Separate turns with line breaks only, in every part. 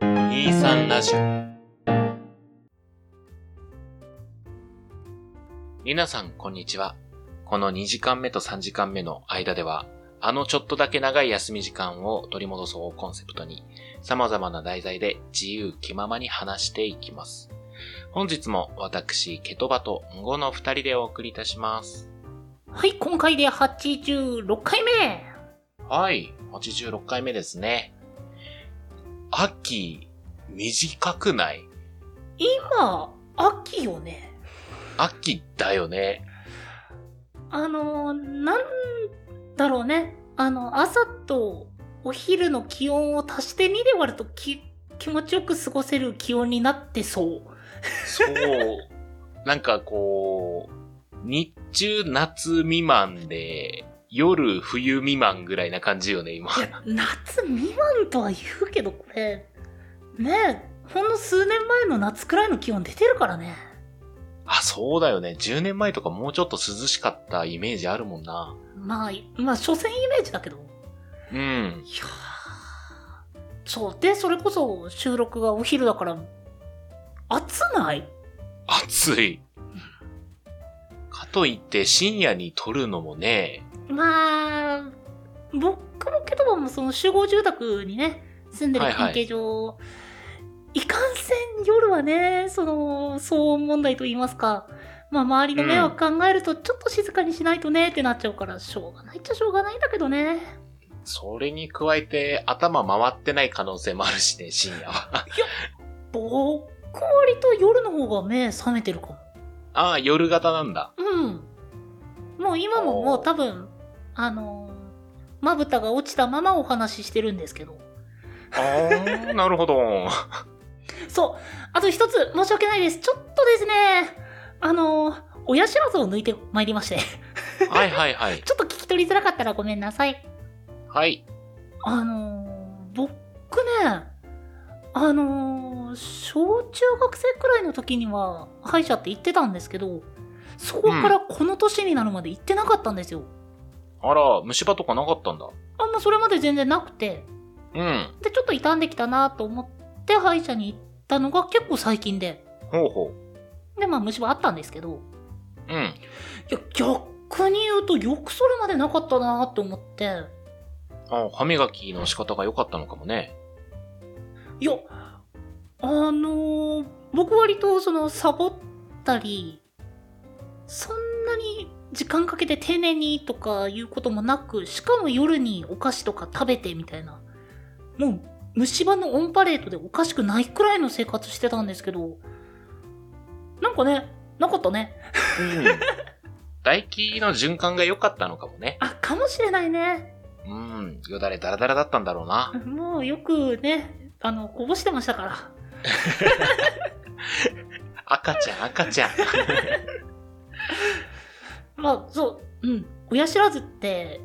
E3 ラジオ皆さん、こんにちは。この2時間目と3時間目の間では、あのちょっとだけ長い休み時間を取り戻そうをコンセプトに、様々な題材で自由気ままに話していきます。本日も私、ケトバとムゴの二人でお送りいたします。
はい、今回で86回目
はい、86回目ですね。秋、短くない
今、秋よね。
秋だよね。
あのー、なんだろうね。あの、朝とお昼の気温を足して2で割るとき気持ちよく過ごせる気温になってそう。
そう。なんかこう、日中夏未満で、夜冬未満ぐらいな感じよね、今。
いや、夏未満とは言うけど、これ、ねえ、ほんの数年前の夏くらいの気温出てるからね。
あ、そうだよね。10年前とかもうちょっと涼しかったイメージあるもんな。
まあ、いまあ、所詮イメージだけど。
うん。
いやーそう。で、それこそ収録がお昼だから、暑ない
暑い。かといって深夜に撮るのもね、
まあ、僕もけども、その集合住宅にね、住んでる
はいはい
関係上、いかんせん夜はね、その、騒音問題と言いますか、まあ、周りの迷惑考えると、ちょっと静かにしないとねってなっちゃうから、しょうがないっちゃしょうがないんだけどね。
それに加えて頭回ってない可能性もあるしね、深夜 は。
僕は割と夜の方が目覚めてるかも。
ああ、夜型なんだ。
うん。もう今ももう多分、あのー、まぶたが落ちたままお話ししてるんですけど。
ああ、なる ほど。
そう。あと一つ、申し訳ないです。ちょっとですね、あのー、親知らずを抜いてまいりま して。
はいはいはい。
ちょっと聞き取りづらかったらごめんなさい。
はい。
あのー、僕ね、あのー、小中学生くらいの時には歯医者って行ってたんですけど、そこからこの年になるまで行ってなかったんですよ。
あら、虫歯とかなかったんだ。
あんまそれまで全然なくて。
うん。
で、ちょっと傷んできたなと思って歯医者に行ったのが結構最近で。
ほうほ
で、まあ虫歯あったんですけど、
う。うん。
いや、逆に言うとよくそれまでなかったなって思って。
あ歯磨きの仕方が良かったのかもね。
いや、あのー僕割とそのサボったり、そんなに時間かけて丁寧にとかいうこともなく、しかも夜にお菓子とか食べてみたいな。もう虫歯のオンパレードでおかしくないくらいの生活してたんですけど、なんかね、なかったね。
うん。 唾液の循環が良かったのかもね。
あ、かもしれないね。
うん。よだれダラダラだったんだろうな。
もうよくね、あの、こぼしてましたから。
赤ちゃん、赤ちゃん。
まあ、そう、うん。親知らずって、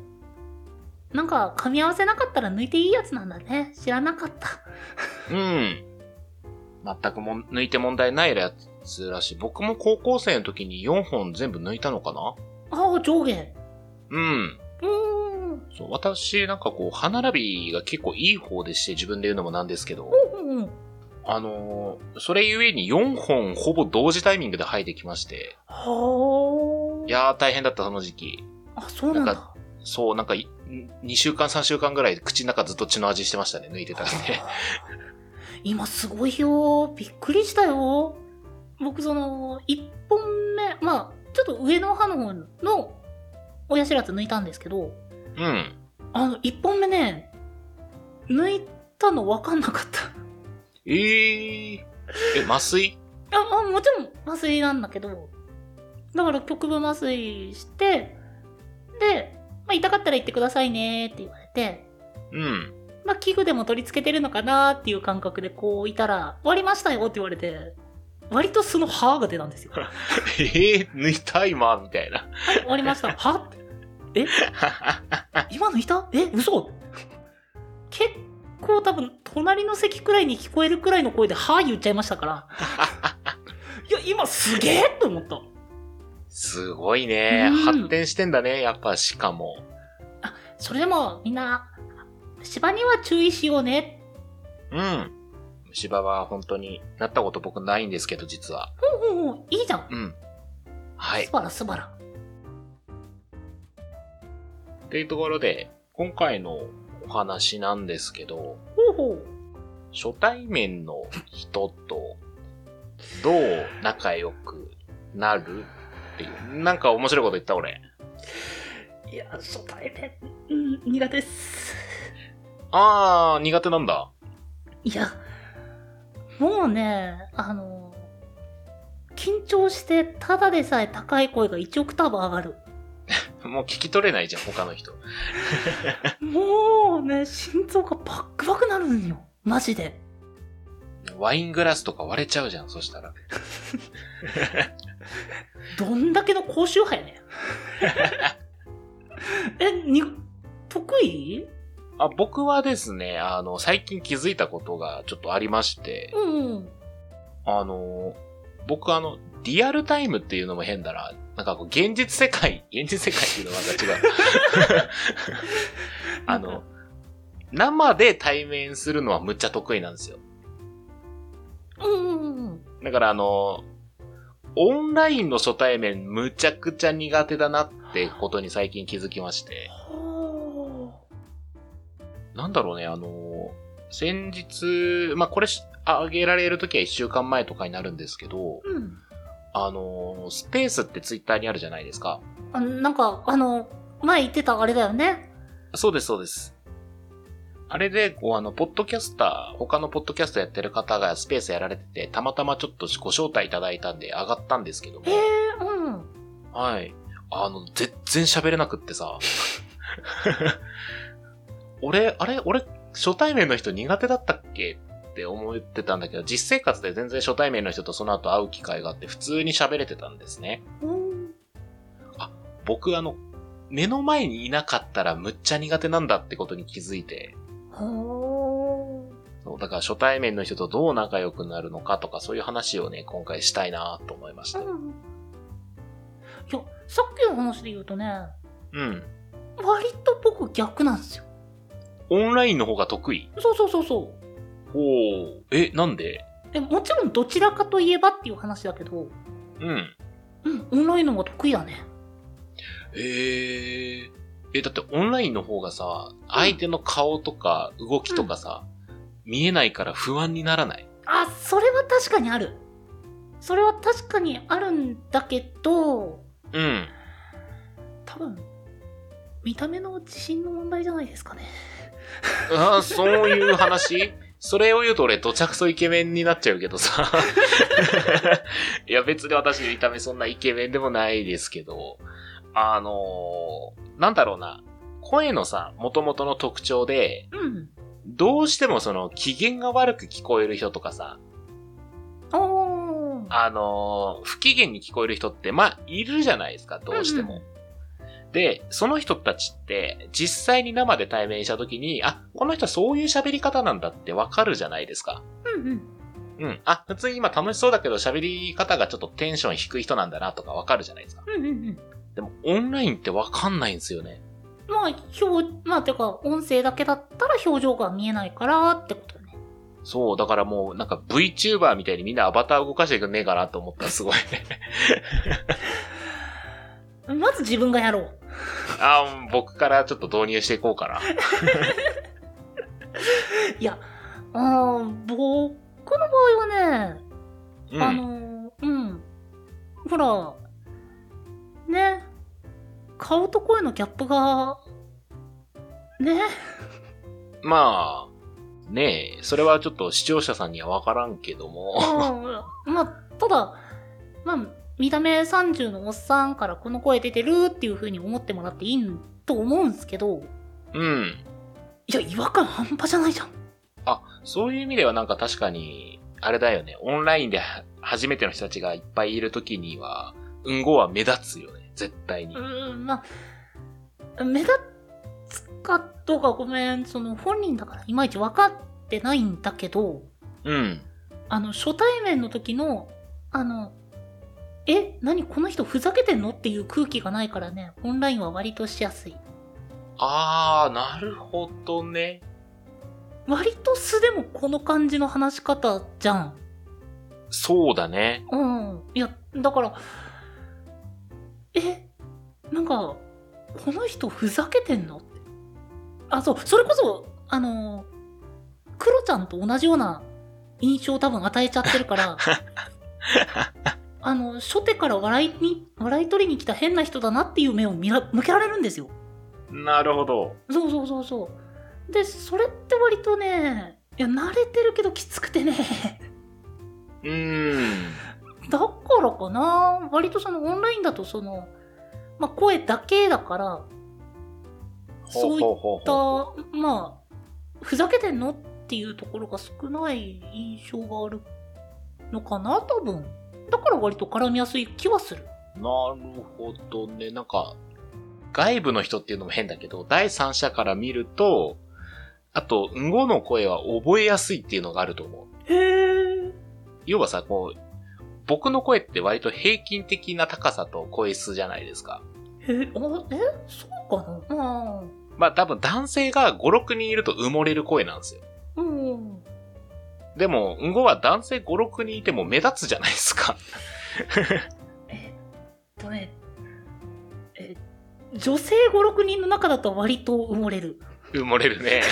なんか、噛み合わせなかったら抜いていいやつなんだね。知らなかった。
うん。全くもん抜いて問題ないやつらしい。僕も高校生の時に4本全部抜いたのかな
ああ、上下。
うん。
うーん。
そう、私なんかこう、歯並びが結構いい方でして自分で言うのもなんですけど、
うんうんうん。
あのーそれゆえに4本ほぼ同時タイミングで生えてきまして、
はいー
やー大変だったその時期。
あ、そうなん
なん
だ。
そう、なんかい、2週間3週間ぐらい口の中ずっと血の味してましたね、抜いてたんで。
今すごいよ。びっくりしたよ。僕、その、一本目、まあ、ちょっと上の歯の方の親知らず抜いたんですけど、
うん。
あの、一本目ね、抜いたの分かんなかった。
えー、え、麻酔
あ、あもちろん麻酔なんだけど、だから局部麻酔して、で、まあ、痛かったら言ってくださいねって言われて、
うん。
まあ、器具でも取り付けてるのかなっていう感覚でこういたら、割りましたよって言われて、割とその歯が出たんですよ。はい
えー、抜いた今みたいな。
終わりました。歯って今抜いたえ、嘘結構多分、隣の席くらいに聞こえるくらいの声で、はぁ言っちゃいましたから。いや、今すげえと思った。
すごいね。
うん
発展してんだね、やっぱ、しかも。
それでもみんな、虫歯には注意しようね。
うん。虫歯は本当になったこと僕ないんですけど、実は。
ほうほうほう、いいじゃん。
うん。はい
す。ばらすばら。
というところで、今回のお話なんですけど、
ほうほう。
初対面の人とどう仲良くなるっていう。なんか面白いこと言った俺。
いや、初対面、うん、苦手です。
あー、苦手なんだ。
いや、もうね、あの、緊張して、ただでさえ高い声が1オクターブ上がる。
もう聞き取れないじゃん、他の人。
もうね、心臓がバックバックなるんよ。マジで。
ワイングラスとか割れちゃうじゃん、そしたら。
どんだけの高周波や ねん。え、に、得意
あ、僕はですね、あの、最近気づいたことがちょっとありまして、
うん。
あの、僕あの、リアルタイムっていうのも変だな。なんかこう、現実世界、 現実世界っていうのはなんか違う。あの、生で対面するのはむっちゃ得意なんですよ。
うんうんうん。
だからあの、オンラインの初対面むちゃくちゃ苦手だなってことに最近気づきまして。
ほ
なんだろうね、あの、先日、まあ、これし、あげられるときは一週間前とかになるんですけど、
う。うん。
あの、スペースってツイッターにあるじゃないですか。
あなんか、あの、前言ってたあれだよね。
そうです、そうです。あれで、こう、あの、ポッドキャスター、他のポッドキャストやってる方がスペースやられてて、たまたまちょっとご招待いただいたんで上がったんですけども
へえ、うん。
はい。あの、全然喋れなくってさ。俺、あれ俺、初対面の人苦手だったっけって思ってたんだけど、実生活で全然初対面の人とその後会う機会があって、普通に喋れてたんですね。
うん
僕、あの、目の前にいなかったらむっちゃ苦手なんだってことに気づいて、
ほ
そう、だから初対面の人とどう仲良くなるのかとか、そういう話をね、今回したいなと思いました。
う。うん。いや、さっきの話で言うとね、
うん。
割と僕逆なんですよ。
オンラインの方が得意
そうそうそうそう。
ほう。え、なんで
えもちろんどちらかといえばっていう話だけど、
うん。
うん、オンラインの方が得意だね。
へえ。え、だってオンラインの方がさ、相手の顔とか動きとかさ、見えないから不安にならない。
あ、それは確かにある。それは確かにあるんだけど、
うん。
多分、見た目の自信の問題じゃないですかね。
あーそういう話それを言うと俺、どちゃくそイケメンになっちゃうけどさ。 いや、別に私見た目そんなイケメンでもないですけど、あのーなんだろうな。声のさ、元々の特徴で、
うん。
どうしてもその、機嫌が悪く聞こえる人とかさ、
おー。
あのー不機嫌に聞こえる人って、まあ、いるじゃないですか、どうしても。で、その人たちって、実際に生で対面した時に、あ、この人はそういう喋り方なんだってわかるじゃないですか。
うんうん。
うん。あ、普通に今楽しそうだけど喋り方がちょっとテンション低い人なんだなとかわかるじゃないですか。
うんうんうん。
でも、オンラインってわかんないんですよね。
まあ、表、まあ、てか、音声だけだったら表情が見えないからってことね。
そう、だからもうなんか VTuber みたいにみんなアバター動かしてくんねえかなと思ったらす ごい。
まず自分がやろう。
あー、僕からちょっと導入していこうかな。
いや、あー僕の場合はね、
うん。
あのー、うん。ほら、ね、顔と声のギャップが、ね、
まあ、ねえ、それはちょっと視聴者さんにはわからんけど も。
うんまあ、ただ、まあ、見た目30のおっさんからこの声出てるっていう風に思ってもらっていいんと思うんすけど、
うん。
いや、違和感半端じゃないじゃん。
あ、そういう意味ではなんか確かに、あれだよね。オンラインでは初めての人たちがいっぱいいるときには、うんごは目立つよね。絶対に
う。ーん、まあ、目立つかどうかごめん、その本人だからいまいち分かってないんだけど、
うん。
あの、初対面の時の、あの、え、何この人ふざけてんのっていう空気がないからね、オンラインは割としやすい。
あー、なるほどね。
割と素でもこの感じの話し方じゃん。
そうだね。
うん。いや、だから、え、なんか、この人ふざけてんのってあ、そう、それこそ、あの、クロちゃんと同じような印象を多分与えちゃってる から、あの、初手から笑いに、笑い取りに来た変な人だなっていう目を見ら向けられるんですよ。
なるほど。
そうそうそうそう。で、それって割とね、いや、慣れてるけどきつくてね。
うーん。
だからかな割とそのオンラインだとその、まあ、声だけだからそういっ
ほう
た
ほう
まあふざけてんのっていうところが少ない印象があるのかな多分だから割と絡みやすい気はする
ほうなるほどね。なんか、外部の人っていうのも変だけど、第三者から見ると、あと、んごの声は覚えやすいっていうのがあると思う。
へえ
要はさ、こう、僕の声って割と平均的な高さと声質じゃないですか。
へえあえそうかな
まあ多分男性が5、6人いると埋もれる声なんですよ。
うんうん
でも、うんごは男性5、6人いても目立つじゃないですか。
とねえ女性56人の中だと割と埋もれる
埋もれる ね。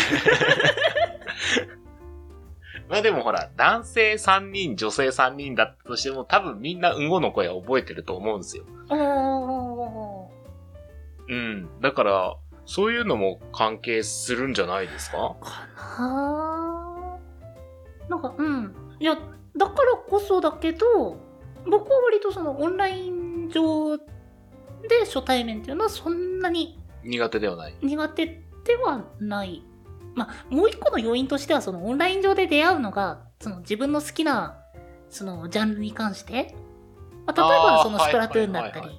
まあでもほら、男性3人、女性3人だったとしても、多分みんなうんごの声は覚えてると思うんですよ。
ああ
うん。だから、そういうのも関係するんじゃないですか
かなぁなんかうんいやだからこそだけど僕は割とそのオンライン上で初対面っていうのはそんなに
苦手ではない。
苦手ではないまあもう一個の要因としてはそのオンライン上で出会うのがその自分の好きなそのジャンルに関して、まあ、例え
あ
ば
ー
そのスプラトゥーンだった
はいはいはいは
り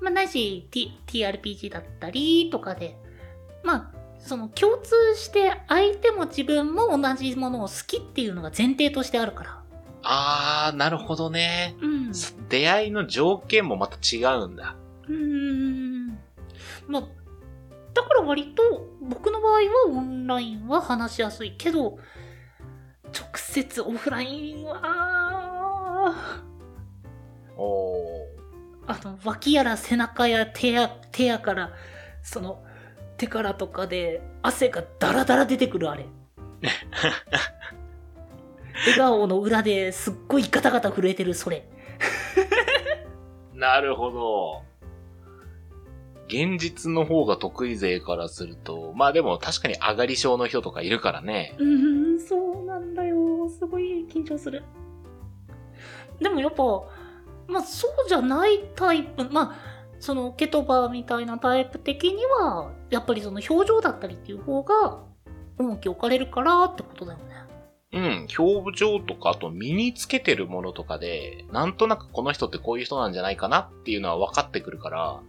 まあないし、T、TRPG だったりとかでまあその共通して相手も自分も同じものを好きっていうのが前提としてあるから
あー、なるほどね。
うんう
出会いの条件もまた違うんだ。
ーんまあだから割と僕の場合はオンラインは話しやすいけど直接オフラインは
おー。
あの脇やら背中や手や手やからその手からとかで汗がダラダラ出てくるあれ笑顔の裏ですっごいガタガタ震えてるそれ
なるほど。現実の方が得意勢からすると、まあでも確かに上がり症の人とかいるからね。
うんそうなんだよすごい緊張するでもやっぱまあそうじゃないタイプまあそのケトバみたいなタイプ的にはやっぱりその表情だったりっていう方が重きを置かれるからってことだよね
うん、表情とかあと身につけてるものとかで、なんとなくこの人ってこういう人なんじゃないかなっていうのは分かってくるから、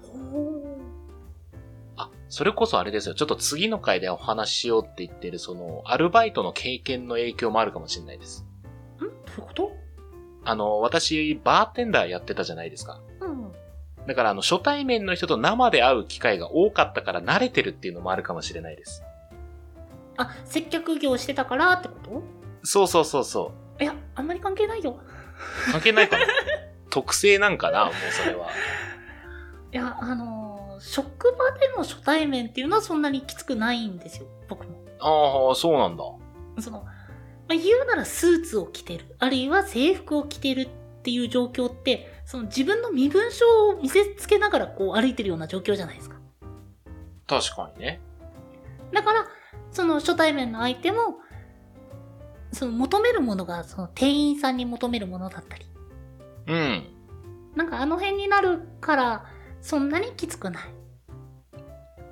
あ、それこそあれですよ。ちょっと次の回でお話ししようって言ってる、その、アルバイトの経験の影響もあるかもしれないです。
んどういうこと
あの、私、バーテンダーやってたじゃないですか。
うん。
だから、あの、初対面の人と生で会う機会が多かったから慣れてるっていうのもあるかもしれないです。
あ、接客業してたからってこ
そうそうそうそ
といや、あんまり関係ないよ。
う。関係ないかな特性なんかなもうそれは。
いや、あのー職場での初対面っていうのはそんなにきつくないんですよ、僕も。
ああ、そうなんだ。
その、まあ、言うならスーツを着てる、あるいは制服を着てるっていう状況って、その自分の身分証を見せつけながらこう歩いてるような状況じゃないですか。
確かにね。
だから、その初対面の相手も、その求めるものが、その店員さんに求めるものだったり、
うん。
なんかあの辺になるから、そんなにきつくない。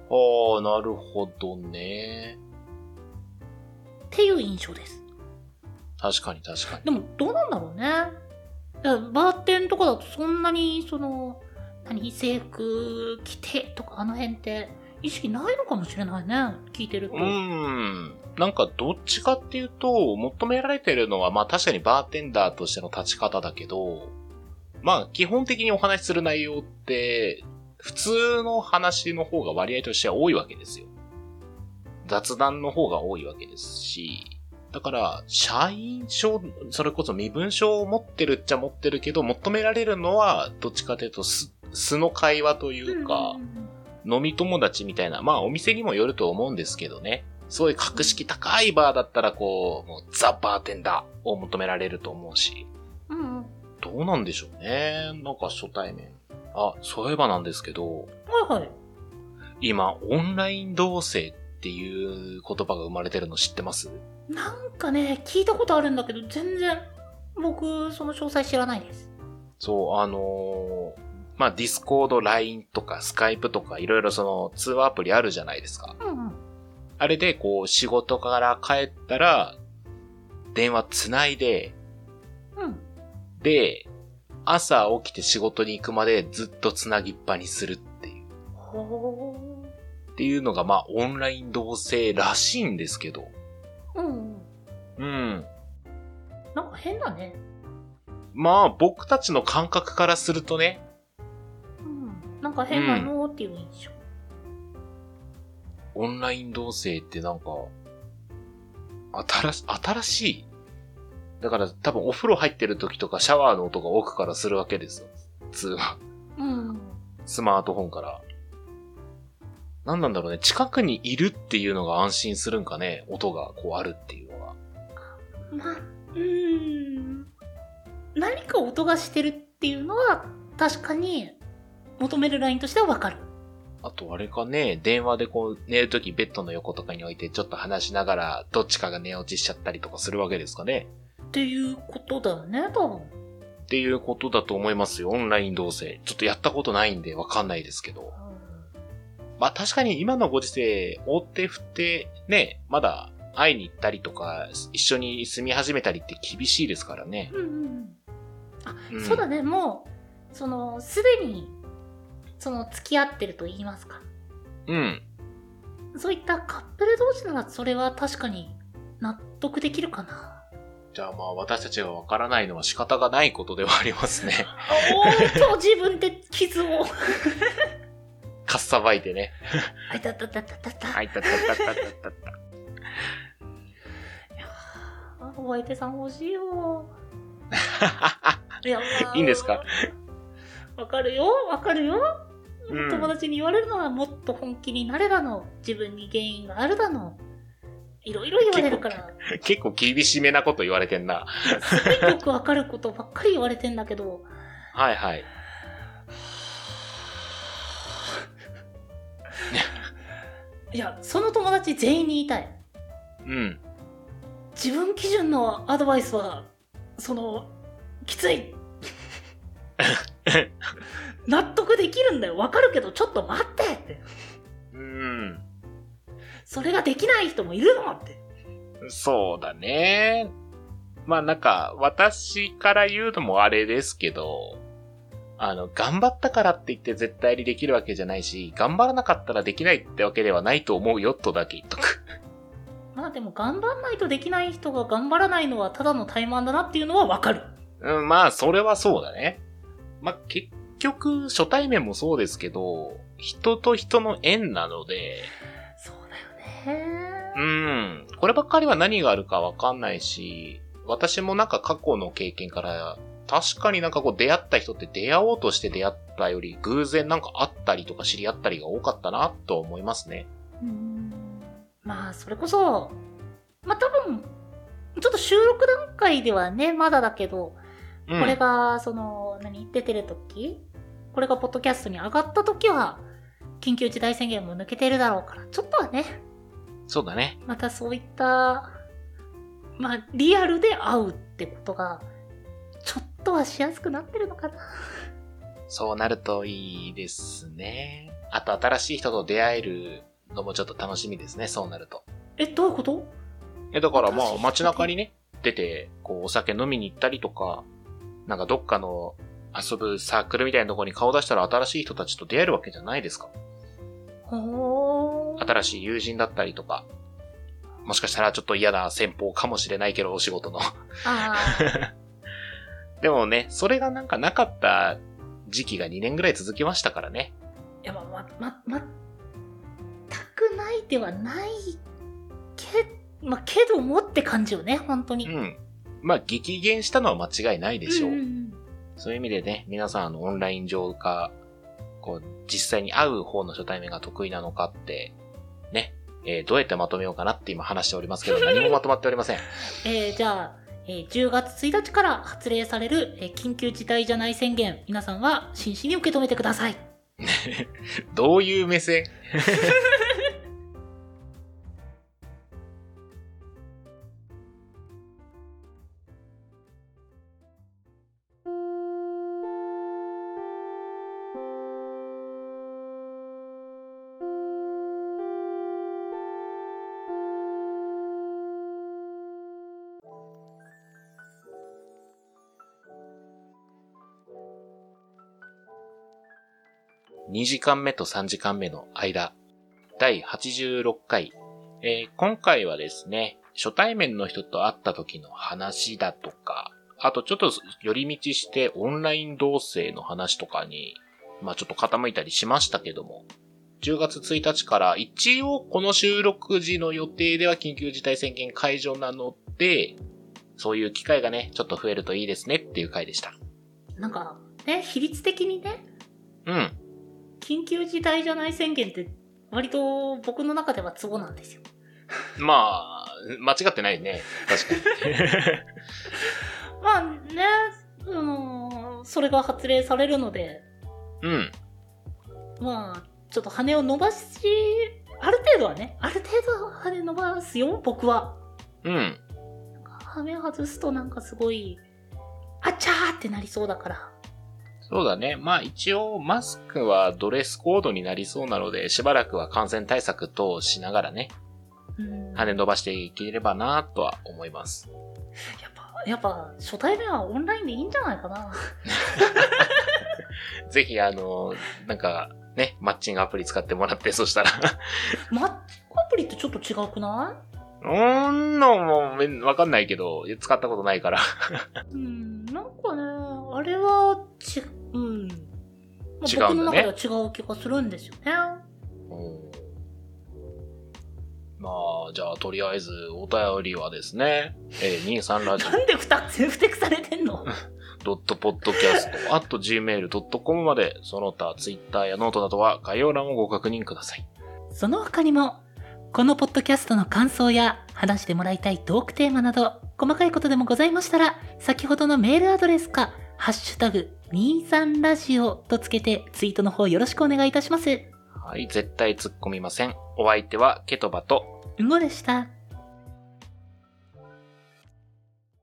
ああ、なるほどね。
っていう印象です。
確かに確かに。
でも、どうなんだろうね。だからバーテンとかだとそんなに、その、何、制服着てとかあの辺って意識ないのかもしれないね。聞いてると。
うーん。なんかどっちかっていうと、求められてるのは、まあ確かにバーテンダーとしての立ち方だけど、まあ基本的にお話しする内容って、普通の話の方が割合としては多いわけですよ。雑談の方が多いわけですし、だから、社員証、それこそ身分証を持ってるっちゃ持ってるけど、求められるのは、どっちかというと素、素の会話というか、飲み友達みたいな、まあお店にもよると思うんですけどね。すごい格式高いバーだったら、こう、もうザ・バーテンダーを求められると思うし。
うんうん。は
どうなんでしょうね。なんか初対面。あ、そういえばなんですけど、
いはい。
今、オンライン同棲っていう言葉が生まれてるの知ってます
なんかね、聞いたことあるんだけど、全然、僕、その詳細知らないです。
そう、あのーまあ、ディスコード、LINE とか、スカイプとか、いろいろその通話アプリあるじゃないですか。
うんうん。
あれで、こう、仕事から帰ったら、電話つないで、
うん。
で、朝起きて仕事に行くまでずっとつなぎっぱにするっていう。
ほ
っていうのが、まあ、オンライン同棲らしいんですけど。
ー。うんうん。
うん。
なんか変だね。
まあ、僕たちの感覚からするとね、
うん。なんか変なのっていう印象。
オンライン同棲ってなんか、新し、新しい。だから多分お風呂入ってる時とかシャワーの音が奥からするわけですよ。通話。
うん。
スマートフォンから。なんなんだろうね。近くにいるっていうのが安心するんかね。音がこうあるっていうのは。
まあ、うーん。何か音がしてるっていうのは、確かに、求めるラインとしてはわかる。
あとあれかね、電話でこう寝るときベッドの横とかに置いてちょっと話しながらどっちかが寝落ちしちゃったりとかするわけですかね。
っていうことだよね、多分。
っていうことだと思いますよ。オンライン同棲。ちょっとやったことないんでわかんないですけど。まあ確かに今のご時世、追って振って、ね、まだ会いに行ったりとか、一緒に住み始めたりって厳しいですからね。
うんうんうん。あ、
うん
そうだね、もう、その、すでに、その、付き合ってると言いますか。
うん。
そういったカップル同士なら、それは確かに納得できるかな。
じゃあまあ私たちがわからないのは仕方がないことではあります ね。
あおーっと、自分で傷を。
かっさばいてね。
あいたたたたたた。
はい、たったったったったった。
あお相手さん欲しいよ。 いや、まあ
いいんですか
わかるよ、わかるよ。
うん
友達に言われるのはもっと本気になれだの。自分に原因があるだの。いろいろ言われるから、
結構厳しめなこと言われてんな。
すごいよくわかることばっかり言われてんだけ ど、
はいはい。
いや、その友達全員に言いたい。
うん。
自分基準のアドバイスは、その、き つい。納得できるんだよ。わかるけど、ちょっと待ってって。
うん。
それができない人もいるのって。
そうだね。まあなんか、私から言うのもあれですけど、あの、頑張ったからって言って絶対にできるわけじゃないし、頑張らなかったらできないってわけではないと思うよとだけ言っとく。
まあでも頑張んないとできない人が頑張らないのはただの怠慢だなっていうのはわかる。
うん、まあ、それはそうだね。まあ、結局、初対面もそうですけど、人と人の縁なので、
そうだよね。
うん、こればっかりは何があるかわかんないし、私もなんか過去の経験から、確かになんかこう出会った人って出会おうとして出会ったより偶然なんか会ったりとか知り合ったりが多かったなと思いますね。
うんまあそれこそ、まあ多分、ちょっと収録段階ではね、まだだけど、
うん。
これが、その、何出てる時これがポッドキャストに上がった時は、緊急事態宣言も抜けてるだろうから、ちょっとはね、
そうだね。
またそういった、まあリアルで会うってことが、ちょっとはしやすくなってるのかな。
そうなるといいですね。あと新しい人と出会えるのもちょっと楽しみですね、そうなると。
え、どういうこと
え、だからま
新しい
あ
人
街中にね、出て、こうお酒飲みに行ったりとか、なんかどっかの遊ぶサークルみたいなところに顔出したら新しい人たちと出会えるわけじゃないですか。
ほー。
新しい友人だったりとか、もしかしたらちょっと嫌な戦法かもしれないけど、お仕事の。
あー
でもね、それがなんかなかった時期が2年ぐらい続きましたからね。
いや、ま、ま、ま、ま、全くないではないけ、まあ、けどもって感じよね、本当に。
うん。まあ、激減したのは間違いないでしょう。
んん
そういう意味でね、皆さん、あの、オンライン上か、こう、実際に会う方の初対面が得意なのかって、ね、えーどうやってまとめようかなって今話しておりますけど、何もまとまっておりません。
えーじゃあ、えー10月1日から発令される、えー緊急事態じゃない宣言、皆さんは真摯に受け止めてください。
どういう目線 ?2 時間目と3時間目の間、第86回。えー今回はですね、初対面の人と会った時の話だとか、あとちょっと寄り道してオンライン同棲の話とかに、まあちょっと傾いたりしましたけども、10月1日から一応この収録時の予定では緊急事態宣言解除なので、そういう機会がね、ちょっと増えるといいですねっていう回でした。
なんか、ね、比率的にね、
うん。
緊急事態じゃない宣言って、割と僕の中ではツボなんですよ。
まあ、間違ってないね。確かに。
まあね、うーん、それが発令されるので、
うん。
まあ、ちょっと羽を伸ばし、ある程度はね、ある程度は羽伸ばすよ、僕は。
うん。
羽外すとなんかすごい、あちゃーってなりそうだから。
そうだね。まあ一応、マスクはドレスコードになりそうなので、しばらくは感染対策等をしながらね、
うん。
羽伸ばしていければなとは思います。
やっぱ、やっぱ、初対面はオンラインでいいんじゃないかな。
ぜひ、あの、なんか、ね、マッチングアプリ使ってもらって、そしたら。
マッチングアプリってちょっと違くな
うーんのも、めんわかんないけど、使ったことないから。
いうん、なんかね、あれは、ち、うん。まあ
違うんだね
僕の中では違う気がするんですよね。
まあ、じゃあ、とりあえず、お便りはですね、えー、23ラジ
なんで二つ、ふてくされて んの
ドットポッドキャスト、at gmail.com まで、その他、ツイッターやノートなどは概要欄をご確認ください。
その他にも、このポッドキャストの感想や、話してもらいたいトークテーマなど、細かいことでもございましたら、先ほどのメールアドレスか、ハッシュタグ、23ラジオとつけて、ツイートの方よろしくお願いいたします。
はい、絶対突っ込みません。お相手は、ケトバと、
うんごでした。